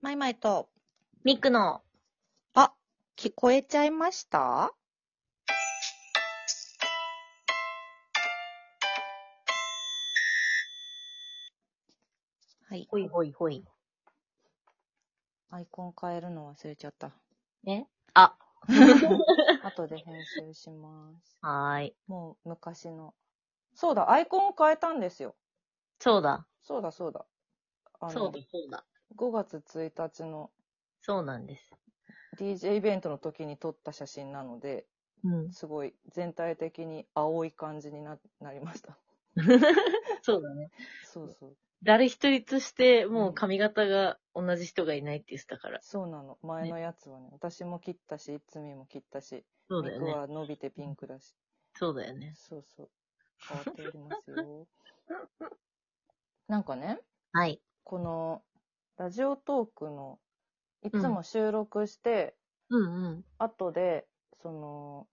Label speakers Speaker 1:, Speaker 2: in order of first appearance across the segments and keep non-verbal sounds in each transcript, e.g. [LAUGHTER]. Speaker 1: マイマイと、
Speaker 2: ミクの、
Speaker 1: あ、聞こえちゃいましたはい、
Speaker 2: ほいほいほい。
Speaker 1: アイコン変えるの忘れちゃった。
Speaker 2: ね。 [LAUGHS] あ、
Speaker 1: 後で編集します。
Speaker 2: はーい。
Speaker 1: もう昔の。そうだ、アイコンを変えたんですよ。
Speaker 2: そうだ。
Speaker 1: そうだ、そうだ。あの、
Speaker 2: そうだ、そうだ。
Speaker 1: 5月1日の
Speaker 2: そうなんです。
Speaker 1: DJ イベントの時に撮った写真なので、
Speaker 2: うん。
Speaker 1: すごい全体的に青い感じにななりま
Speaker 2: [LAUGHS]
Speaker 1: した。
Speaker 2: そうだね。
Speaker 1: そうそう。
Speaker 2: 誰一人として、もう髪型が同じ人がいないって言ってたから。
Speaker 1: そうなの。前のやつはね、私も切ったし、いつみも切ったし、
Speaker 2: そうだよ
Speaker 1: 肉
Speaker 2: ね。
Speaker 1: は伸びてピンクだし。
Speaker 2: そうだよね。
Speaker 1: そうそう。変わっております
Speaker 2: [LAUGHS]
Speaker 1: よ。なんかね、
Speaker 2: はい。
Speaker 1: この、ラジオトークの、いつも収録して、
Speaker 2: うんうん。
Speaker 1: 後で、その、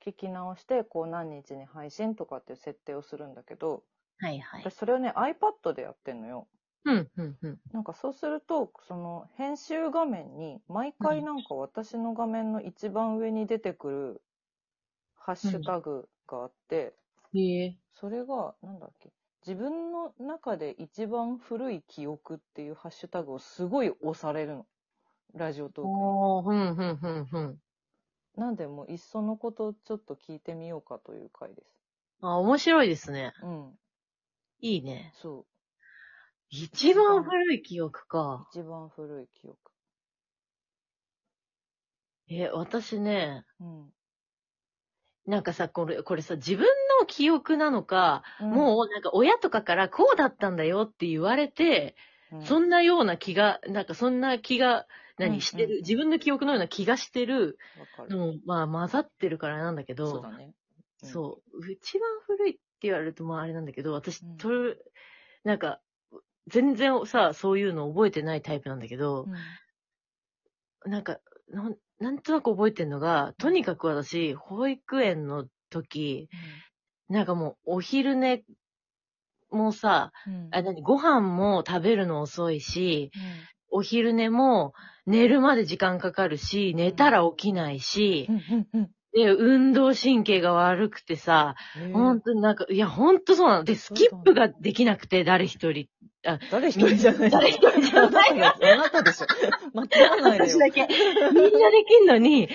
Speaker 1: 聞き直して、こう何日に配信とかっていう設定をするんだけど、
Speaker 2: はいはい。
Speaker 1: 私それをね、iPad でやってんのよ。
Speaker 2: うんうんうん。
Speaker 1: なんかそうすると、その編集画面に、毎回なんか私の画面の一番上に出てくるハッシュタグがあって、
Speaker 2: へえ。
Speaker 1: それが、なんだっけ、自分の中で一番古い記憶っていうハッシュタグをすごい押されるの。ラジオトークに。
Speaker 2: おー、ふんふんふんふん。
Speaker 1: なんで、もういっそのことちょっと聞いてみようかという回です。
Speaker 2: あ、面白いですね。
Speaker 1: うん、
Speaker 2: いいね。
Speaker 1: そ
Speaker 2: 一番古い記憶か。
Speaker 1: う。一番古い記憶。
Speaker 2: え、私ね、
Speaker 1: うん。
Speaker 2: なんかさ、これ、これさ、自分の記憶なのか、
Speaker 1: う
Speaker 2: もうなんか親とかからこうだったんだよって言われて、
Speaker 1: ん、
Speaker 2: そんなような気が、なんかそんな気が、
Speaker 1: うん
Speaker 2: 何してる、
Speaker 1: うん
Speaker 2: 自分の記憶のような気がしてる、
Speaker 1: うん、わかる。
Speaker 2: のまあ混ざってるからなんだけど、
Speaker 1: そうだね。うん
Speaker 2: そう一番古いって言われるとまああれなんだけど、私、
Speaker 1: うん
Speaker 2: とる、なんか、全然さ、そういうの覚えてないタイプなんだけど
Speaker 1: う、ん。
Speaker 2: なんか、なんなんとなく覚えてるのが、とにかく私、保育園の時、なんかもうお昼寝もさ、
Speaker 1: うん。
Speaker 2: あ、
Speaker 1: うん
Speaker 2: 何ご飯も食べるの遅いし、お昼寝も寝るまで時間かかるし、寝たら起きないし
Speaker 1: う、んうんうん
Speaker 2: で、運動神経が悪くてさ、
Speaker 1: へえ
Speaker 2: 本当になんか、いや、本当そうなの。で、スキップができなくて、誰一人。
Speaker 1: 誰一人じゃない
Speaker 2: 誰一人じゃない
Speaker 1: いあなたでしょ。間違わないで
Speaker 2: [LAUGHS] 私
Speaker 1: よ。
Speaker 2: だ [LAUGHS] け。みんなできんのに、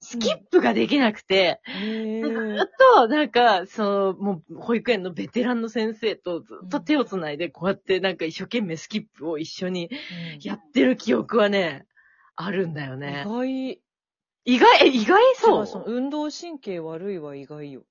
Speaker 2: スキップができなくて、
Speaker 1: へえ
Speaker 2: ずっと、なんか、その、もう、保育園のベテランの先生とずっと手をつないで、こうやって、なんか一生懸命スキップを一緒にやってる記憶はね、あるんだよね。
Speaker 1: 意
Speaker 2: 意外、え意外そ
Speaker 1: 外。
Speaker 2: う
Speaker 1: その運動神経悪いは意外よ。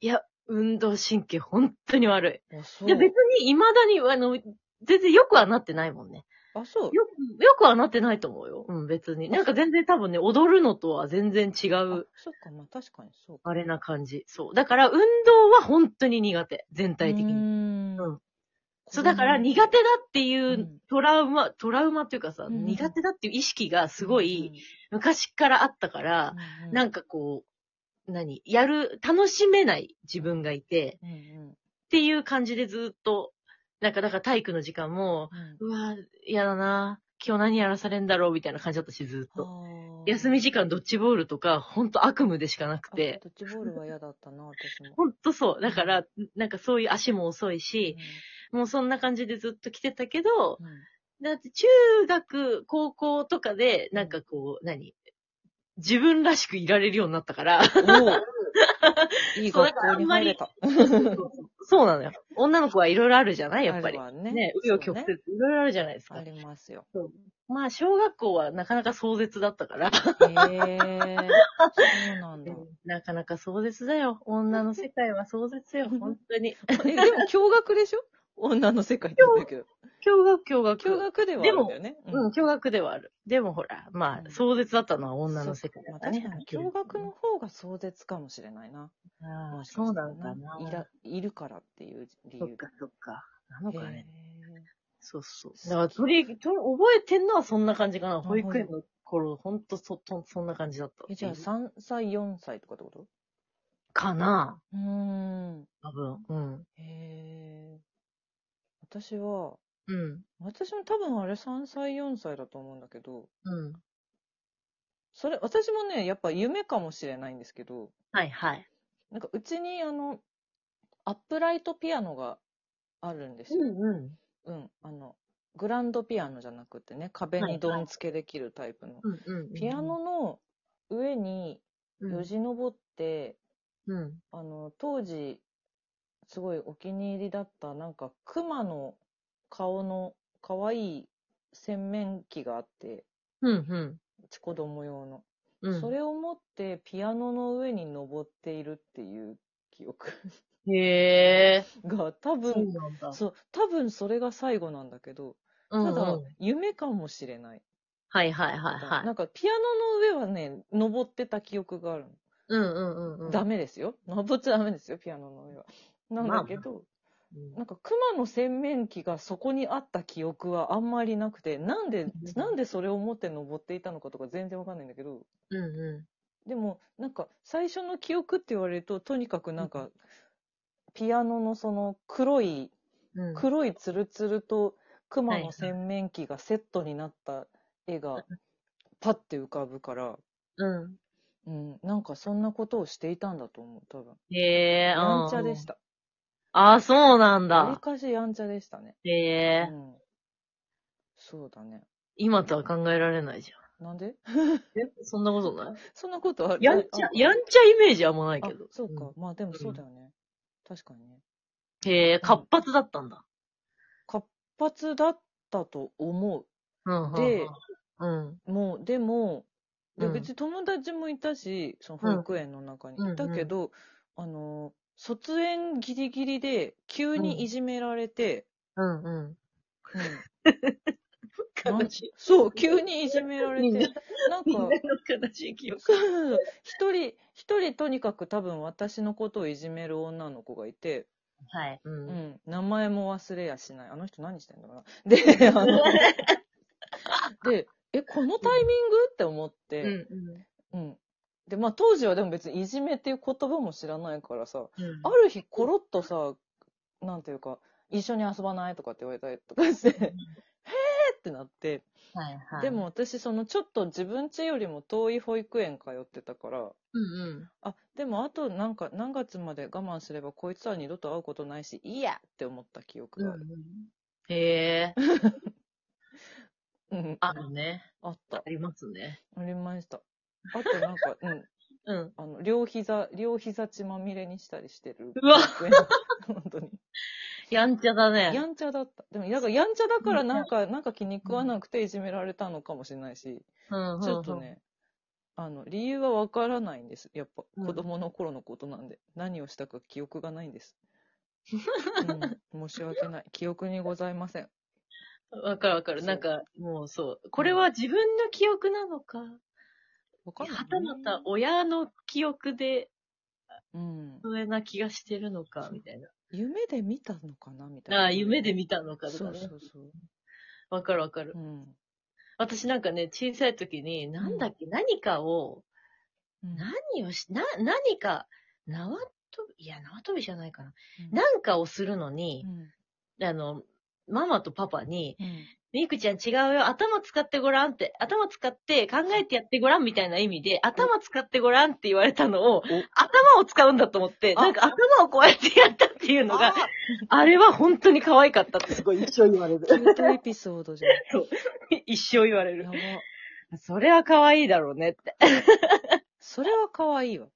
Speaker 2: いや、運動神経本当に悪
Speaker 1: あ、そ
Speaker 2: い。
Speaker 1: う。
Speaker 2: いや、別に未だに、あの、全然良くはなってないもんね。
Speaker 1: あ、そう。
Speaker 2: よく、よくはなってないと思うよ。うん、別に。なんか全然多分ね、踊るのとは全然違
Speaker 1: あ
Speaker 2: う、
Speaker 1: そっか、まあ確かにそうか。
Speaker 2: あれな感じ。そう。だから、運動は本当に苦手。全体的
Speaker 1: うー
Speaker 2: に。
Speaker 1: ん
Speaker 2: うんそう、だから苦手だっていううんトラウマ、トラウマっていうかさ、
Speaker 1: うん
Speaker 2: 苦手だっていう意識がすごい、昔からあったから、な
Speaker 1: か、
Speaker 2: んかこう、何やる、楽しめない自分がいて、
Speaker 1: うんうん
Speaker 2: っていう感じでずっと、なんか、だから体育の時間も、
Speaker 1: うん
Speaker 2: うわ、嫌だな、今日何やらされんだろう、みたいな感じだったし、ずっと。
Speaker 1: あー
Speaker 2: 休み時間ドッジボールとか、ほんと悪夢でしかなく
Speaker 1: あ
Speaker 2: て、
Speaker 1: ドッジボールは嫌だったな、私
Speaker 2: [LAUGHS]
Speaker 1: も。
Speaker 2: ほんとそう。だから、なんかそういう足も遅いし、もうそんな感じでずっと来てたけど、
Speaker 1: うんうん
Speaker 2: だって中学、高校とかで、なんかこう、何自分らしくいられるようになったから、
Speaker 1: おーいい
Speaker 2: [LAUGHS] そうだ
Speaker 1: 学
Speaker 2: か
Speaker 1: 校
Speaker 2: らあん
Speaker 1: に
Speaker 2: ま
Speaker 1: 入れ
Speaker 2: り
Speaker 1: た。
Speaker 2: そうなのよ。女の子はいろいろあるじゃないやっぱり。
Speaker 1: あるわ
Speaker 2: ね
Speaker 1: ね、、
Speaker 2: 紆余曲
Speaker 1: そう
Speaker 2: 折
Speaker 1: ね、
Speaker 2: いろいろあるじゃないです
Speaker 1: あ
Speaker 2: か。
Speaker 1: りますよ。
Speaker 2: まあ、小学校はなかなか壮絶だったから、
Speaker 1: へえ、そう
Speaker 2: [LAUGHS]
Speaker 1: なんだ。
Speaker 2: なかなか壮絶だよ。女の世界は壮絶よ、本当 [LAUGHS] に。
Speaker 1: え、でも驚愕でしょ女の世界って言うんだけど。
Speaker 2: 驚愕、驚愕。
Speaker 1: 驚愕ではあるんだよね。
Speaker 2: うん、驚愕ではある。でもほら、ま
Speaker 1: うん
Speaker 2: あ、壮絶だったのは女の世界
Speaker 1: ま
Speaker 2: だ
Speaker 1: あ
Speaker 2: ったね。
Speaker 1: 確かに驚愕の方が壮絶かもしれないな。
Speaker 2: あ
Speaker 1: も
Speaker 2: あ
Speaker 1: しか
Speaker 2: そう
Speaker 1: した
Speaker 2: な
Speaker 1: ら
Speaker 2: んだな。
Speaker 1: いらいるからっていう理
Speaker 2: そっ
Speaker 1: 由。
Speaker 2: かそっか。なのかね。
Speaker 1: へえ
Speaker 2: そうそう。
Speaker 1: 好き
Speaker 2: だから、とり、とり、覚えてんのはそんな感じかな。
Speaker 1: ほ
Speaker 2: 保
Speaker 1: ど
Speaker 2: 育園の頃、ほんとそ、とそんな感じだった。
Speaker 1: え、じゃあ3歳、4歳とかってこと
Speaker 2: かな
Speaker 1: うーん。
Speaker 2: 多分。うん。
Speaker 1: へえ。私は、
Speaker 2: うん。
Speaker 1: 私も多分あれ3歳、4歳だと思うんだけど、
Speaker 2: うん。
Speaker 1: それ、私もね、やっぱ夢かもしれないんですけど、
Speaker 2: はいはい。
Speaker 1: なんかうちにあの、アップライトピアノがあるんですよ。
Speaker 2: んうん。
Speaker 1: うん、あの、グランドピアノじゃなくてね、壁にどん付けできるタイプの。
Speaker 2: うんうん。
Speaker 1: ピアノの上によじ登って、
Speaker 2: うん。
Speaker 1: あの、当時、すごいお気に入りだった、なんか、熊の顔の可愛い洗面器があって、
Speaker 2: うん
Speaker 1: うち子供用の。
Speaker 2: うん。
Speaker 1: それを持ってピアノの上に登っているっていう記
Speaker 2: [LAUGHS]
Speaker 1: 憶
Speaker 2: へえ。
Speaker 1: が、多
Speaker 2: そう
Speaker 1: 分、
Speaker 2: なんだ。
Speaker 1: そう、多分それが最後なんだけど、
Speaker 2: う
Speaker 1: た
Speaker 2: んう
Speaker 1: だ
Speaker 2: ん、
Speaker 1: 夢かもしれない。
Speaker 2: はいはいはいは。
Speaker 1: ないんか、ピアノの上はね、登ってた記憶があるの。
Speaker 2: うんうんうんうん。
Speaker 1: ダメですよ。登っちゃダメですよ、ピアノの上は。なんだけど、なんか熊の洗面器がそこにあった記憶はあんまりなくて、なんで、なんでそれを持って登っていたのかとか全然わかんないんだけど、
Speaker 2: うんう
Speaker 1: でもなんか最初の記憶って言われると、とにかくなんか、ピアノのその黒い、
Speaker 2: んうん。
Speaker 1: 黒いツルツルと熊
Speaker 2: はいは
Speaker 1: の
Speaker 2: い
Speaker 1: 洗面器がセットになった絵がパッて浮かぶから、
Speaker 2: う
Speaker 1: うん、なんかそんなことをしていたんだと思う、多分。
Speaker 2: ん。へえ。。
Speaker 1: やんちゃでしたた。
Speaker 2: ああ、そうなん
Speaker 1: わり
Speaker 2: だ。
Speaker 1: かしやんちゃでしたね。
Speaker 2: へ
Speaker 1: う
Speaker 2: え。
Speaker 1: ん。そうだね。
Speaker 2: 今とは考えられないじ
Speaker 1: なんで [LAUGHS]
Speaker 2: ゃん。えそんなことない
Speaker 1: そんなことある
Speaker 2: やんちゃ
Speaker 1: あ、
Speaker 2: やんちゃイメージあんまない
Speaker 1: あ
Speaker 2: けど。
Speaker 1: そうか。まあでも
Speaker 2: うん
Speaker 1: そうだよね。確かにね。
Speaker 2: うん。へえ、活発だったんだ。
Speaker 1: 活発だったと思
Speaker 2: うんうん。
Speaker 1: で
Speaker 2: うん、
Speaker 1: う。もう、でも、で
Speaker 2: うん
Speaker 1: 別に友達もいたし、その保育園の中に。
Speaker 2: うん
Speaker 1: いたけど、あの、卒園ギリギリで、急にいじめられて、
Speaker 2: うん、うん。
Speaker 1: うん
Speaker 2: 悲しい。
Speaker 1: そう、急にいじめられ
Speaker 2: みんな
Speaker 1: て、なん
Speaker 2: みんな
Speaker 1: か
Speaker 2: の、悲しい記憶。
Speaker 1: そうそうそう一人、一人とにかく多分私のことをいじめる女の子がいて、
Speaker 2: はい。う。
Speaker 1: うんん、名前も忘れやしない。あの人何してんだろうな。で、あの、で、え、このタイミングって思っ
Speaker 2: う
Speaker 1: て、
Speaker 2: ん、う
Speaker 1: う
Speaker 2: ん。
Speaker 1: ん、で、まあ当時はでも別にいじめっていう言葉も知らないからさ、
Speaker 2: うん
Speaker 1: ある日コロッとさ、なんていうか、一緒に遊ばないとかって言われたりとかして、えってなって、
Speaker 2: はい、はい。
Speaker 1: で、も私そのちょっと自分家よりも遠い保育園通ってたから、
Speaker 2: うん、うん。
Speaker 1: あ、でもあとなんか何月まで我慢すればこいつは二度と会うことないし、いいやって思った記憶がある。
Speaker 2: へえ、
Speaker 1: うん、
Speaker 2: あるね。
Speaker 1: あった
Speaker 2: あ。りますね。
Speaker 1: ありました。あとなんか、うん、
Speaker 2: うん。
Speaker 1: あの、両膝、両膝血まみれにしたりしてる。
Speaker 2: うわ [LAUGHS]
Speaker 1: 保育園本当に。
Speaker 2: やんちゃだね。
Speaker 1: やんちゃだった。でも、なんかやんちゃだからなんか、なんか気に食わなくていじめられたのかもしれないし、
Speaker 2: うん、
Speaker 1: ちょっとね、あの、理由はわからないんです。やっぱ、
Speaker 2: うん
Speaker 1: 子供の頃のことなんで。何をしたか記憶がないん
Speaker 2: [LAUGHS]
Speaker 1: です。うん、申し訳ない。記憶にございません。
Speaker 2: うん。わかるわかる。
Speaker 1: そう
Speaker 2: なんか、もうそう。これは自分の記憶なのか、
Speaker 1: わかんな、
Speaker 2: はいたまた親の記憶で
Speaker 1: うん。
Speaker 2: 上な気がしてるのか、みたいな。
Speaker 1: 夢で見たのかなみたいな。
Speaker 2: ああ、夢で見たのかと
Speaker 1: そ
Speaker 2: か
Speaker 1: う
Speaker 2: ね
Speaker 1: そうそう。
Speaker 2: わかるわかる
Speaker 1: う。ん。
Speaker 2: 私なんかね、小さい時に、なんだっけ、何かを、
Speaker 1: うん
Speaker 2: 何をし、な、何か、縄跳び、いや、縄跳びじゃないかな。
Speaker 1: うん
Speaker 2: なんかをするの
Speaker 1: う
Speaker 2: に、
Speaker 1: ん
Speaker 2: あの、ママとパパに、
Speaker 1: うん
Speaker 2: みゆくちゃん違うよ、頭使ってごらんって、頭使って考えてやってごらんみたいな意味で、頭使ってごらんって言われたのを、頭を使うんだと思って、
Speaker 1: あ
Speaker 2: なんか頭をこうやってやったっていうのが、あれは本当に可愛かったってすごい一生言われ
Speaker 1: キ
Speaker 2: る。
Speaker 1: ュートエピソードじゃん。
Speaker 2: [LAUGHS] 一生言われる
Speaker 1: や。ば。
Speaker 2: それは可愛いだろうね [LAUGHS] って。
Speaker 1: それは可愛いわ。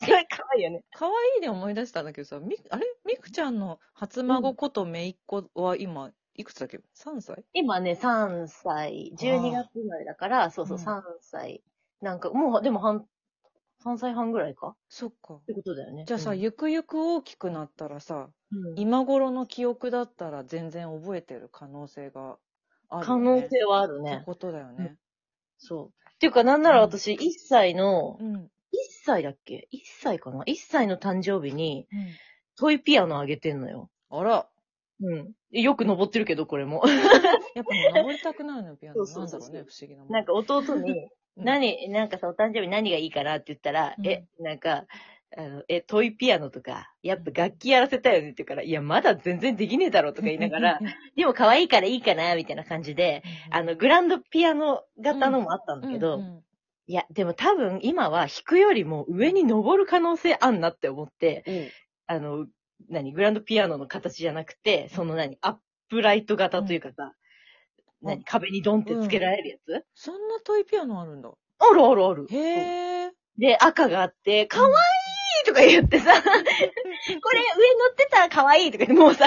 Speaker 2: それ可愛いよね。
Speaker 1: 可愛いで思い出したんだけどさ、み、あれみくちゃんの初孫ことめいっ子は今、いくつだっけ ?3 歳
Speaker 2: 今ね、3歳、12月生まれだから、そうそう、
Speaker 1: うん
Speaker 2: 3歳。なんか、もう、でも半、3歳半ぐらいかっ
Speaker 1: そっか。
Speaker 2: てことだよね。
Speaker 1: じゃあさ、
Speaker 2: うん
Speaker 1: ゆくゆく大きくなったらさ、
Speaker 2: うん
Speaker 1: 今頃の記憶だったら全然覚えてる可能性がある
Speaker 2: 可
Speaker 1: よね、
Speaker 2: 能性はある
Speaker 1: って
Speaker 2: ね。
Speaker 1: ことだよね。
Speaker 2: そう。っていうか、なんなら私、1歳の、
Speaker 1: うん。うん。
Speaker 2: 1歳だっけ ?1 歳かな ?1 歳の誕生日に、トイピアノあげてんのよ。
Speaker 1: あら。
Speaker 2: うん。よく登ってるけど、これ [LAUGHS] も。
Speaker 1: やっぱもう登りたくないのよ、ピアノ。
Speaker 2: そ
Speaker 1: な
Speaker 2: うんそ
Speaker 1: だ
Speaker 2: う
Speaker 1: ろ
Speaker 2: そう
Speaker 1: ね、
Speaker 2: う
Speaker 1: 不思議なも
Speaker 2: なんか弟に、 [LAUGHS]
Speaker 1: うん
Speaker 2: 何、なんかさ、お誕生日何がいいかなって言ったら、
Speaker 1: うん
Speaker 2: え、なんか、あの、え、トイピアノとか、やっぱ楽器やらせたよねって言うから、いや、まだ全然できねえ [LAUGHS] だろうとか言いながら、でも可愛いからいいかな、みたいな感じで、あの、グランドピアノ型のもあったんだけど、
Speaker 1: うんうん
Speaker 2: いや、でも多分今は弾くよりも上に登る可能性あんなって思って、
Speaker 1: うん
Speaker 2: あの、何、グランドピアノの形じゃなくて、その何、アップライト型というかさ、
Speaker 1: うん
Speaker 2: 何、壁にドンってつけられるやつ、
Speaker 1: そんなトイピアノあるんだ。
Speaker 2: あるあるある。
Speaker 1: へえ。
Speaker 2: で、赤があって、かわいいとか言ってさ、これ上乗ってたらかわいいとか言って、も
Speaker 1: [LAUGHS]
Speaker 2: うさ、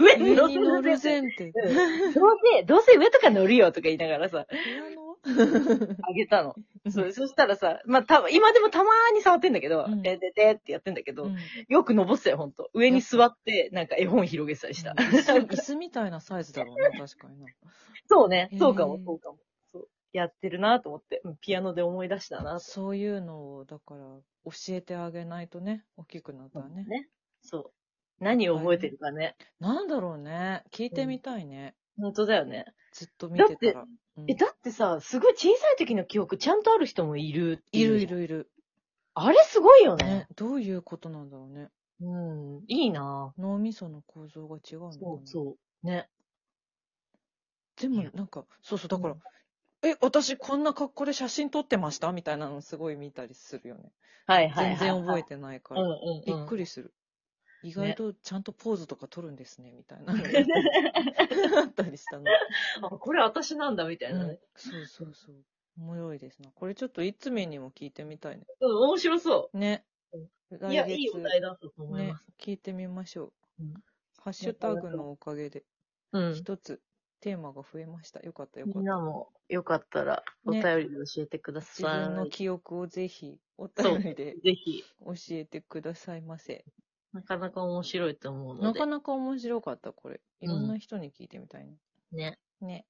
Speaker 2: 上に [LAUGHS] 乗
Speaker 1: 上に
Speaker 2: っ
Speaker 1: 乗
Speaker 2: て
Speaker 1: る
Speaker 2: る
Speaker 1: ぜ
Speaker 2: ぜ。
Speaker 1: んって。
Speaker 2: うんどうせ、どうせ上とか乗るよとか言いながらさ、
Speaker 1: ピアノ
Speaker 2: あげたの。そう、そしたらさ、まあ、た今でもたまーに触ってんだけど、
Speaker 1: うん
Speaker 2: でででってやってんだけど、
Speaker 1: うん
Speaker 2: よく登ってたよ、ほんと。上に座って、なんか絵本広げてたりした。
Speaker 1: 椅子椅子みたいなサイズだろう
Speaker 2: [LAUGHS]
Speaker 1: な、確かにな。
Speaker 2: そうね
Speaker 1: へー、
Speaker 2: そうかも、そうかも。そうやってるなと思って、うんピアノで思い出したなと
Speaker 1: そういうのを、だから、教えてあげないとね、大きくなったらね。
Speaker 2: ね。そう。何を覚えてるかね。
Speaker 1: なんだろうね。聞いてみたいね。
Speaker 2: 本当だよね。
Speaker 1: ずっと見てたら。うん
Speaker 2: え、だってさ、すごい小さい時の記憶ちゃんとある人もいるって
Speaker 1: いうる
Speaker 2: じ
Speaker 1: い
Speaker 2: ゃん。
Speaker 1: るいる。
Speaker 2: あれすごいよね
Speaker 1: ね。、どういうことなんだろうね。
Speaker 2: うん。いいな
Speaker 1: 脳みその構造が違うのかな。
Speaker 2: そうそう。ね。
Speaker 1: でも
Speaker 2: いや、
Speaker 1: なんか、そうそう、だから
Speaker 2: う、
Speaker 1: え、私こんな格好で写真撮ってましたみたいなのすごい見たりするよね。
Speaker 2: はいはいはい、
Speaker 1: 全然覚え
Speaker 2: て
Speaker 1: てないか
Speaker 2: うん
Speaker 1: ら。
Speaker 2: うん
Speaker 1: び
Speaker 2: うん。
Speaker 1: っく
Speaker 2: り。
Speaker 1: りする。意外とちゃんとポーズとか撮るんですね、み
Speaker 2: [LAUGHS]
Speaker 1: たいな。 [LAUGHS] あったりしたの。
Speaker 2: あ、これ私なんだみたいな
Speaker 1: う
Speaker 2: ね
Speaker 1: ん。そうそうそう。面白いですな。これちょっといつめにも聞いてみたいね。
Speaker 2: うん、面白そ
Speaker 1: ね。
Speaker 2: う。
Speaker 1: 来
Speaker 2: いや、いいお題だったと思い
Speaker 1: ね
Speaker 2: ます。、
Speaker 1: 聞いてみましょう。
Speaker 2: うん
Speaker 1: ハッシュタグのおかげで、
Speaker 2: うん。
Speaker 1: 一つテーマが増えました。よかったよか
Speaker 2: み
Speaker 1: っ
Speaker 2: ん
Speaker 1: た。
Speaker 2: なも、よかったら、お便
Speaker 1: ね
Speaker 2: りで教えてくだ
Speaker 1: 自
Speaker 2: さい。
Speaker 1: 分の記憶をぜひ、お便りで
Speaker 2: ぜひ。
Speaker 1: 教えてくださいませ。
Speaker 2: なかなか面白いと思うの
Speaker 1: な
Speaker 2: で。
Speaker 1: かなか面白かった、これ。いろんな人に聞いてみたいね。
Speaker 2: ね。
Speaker 1: ね。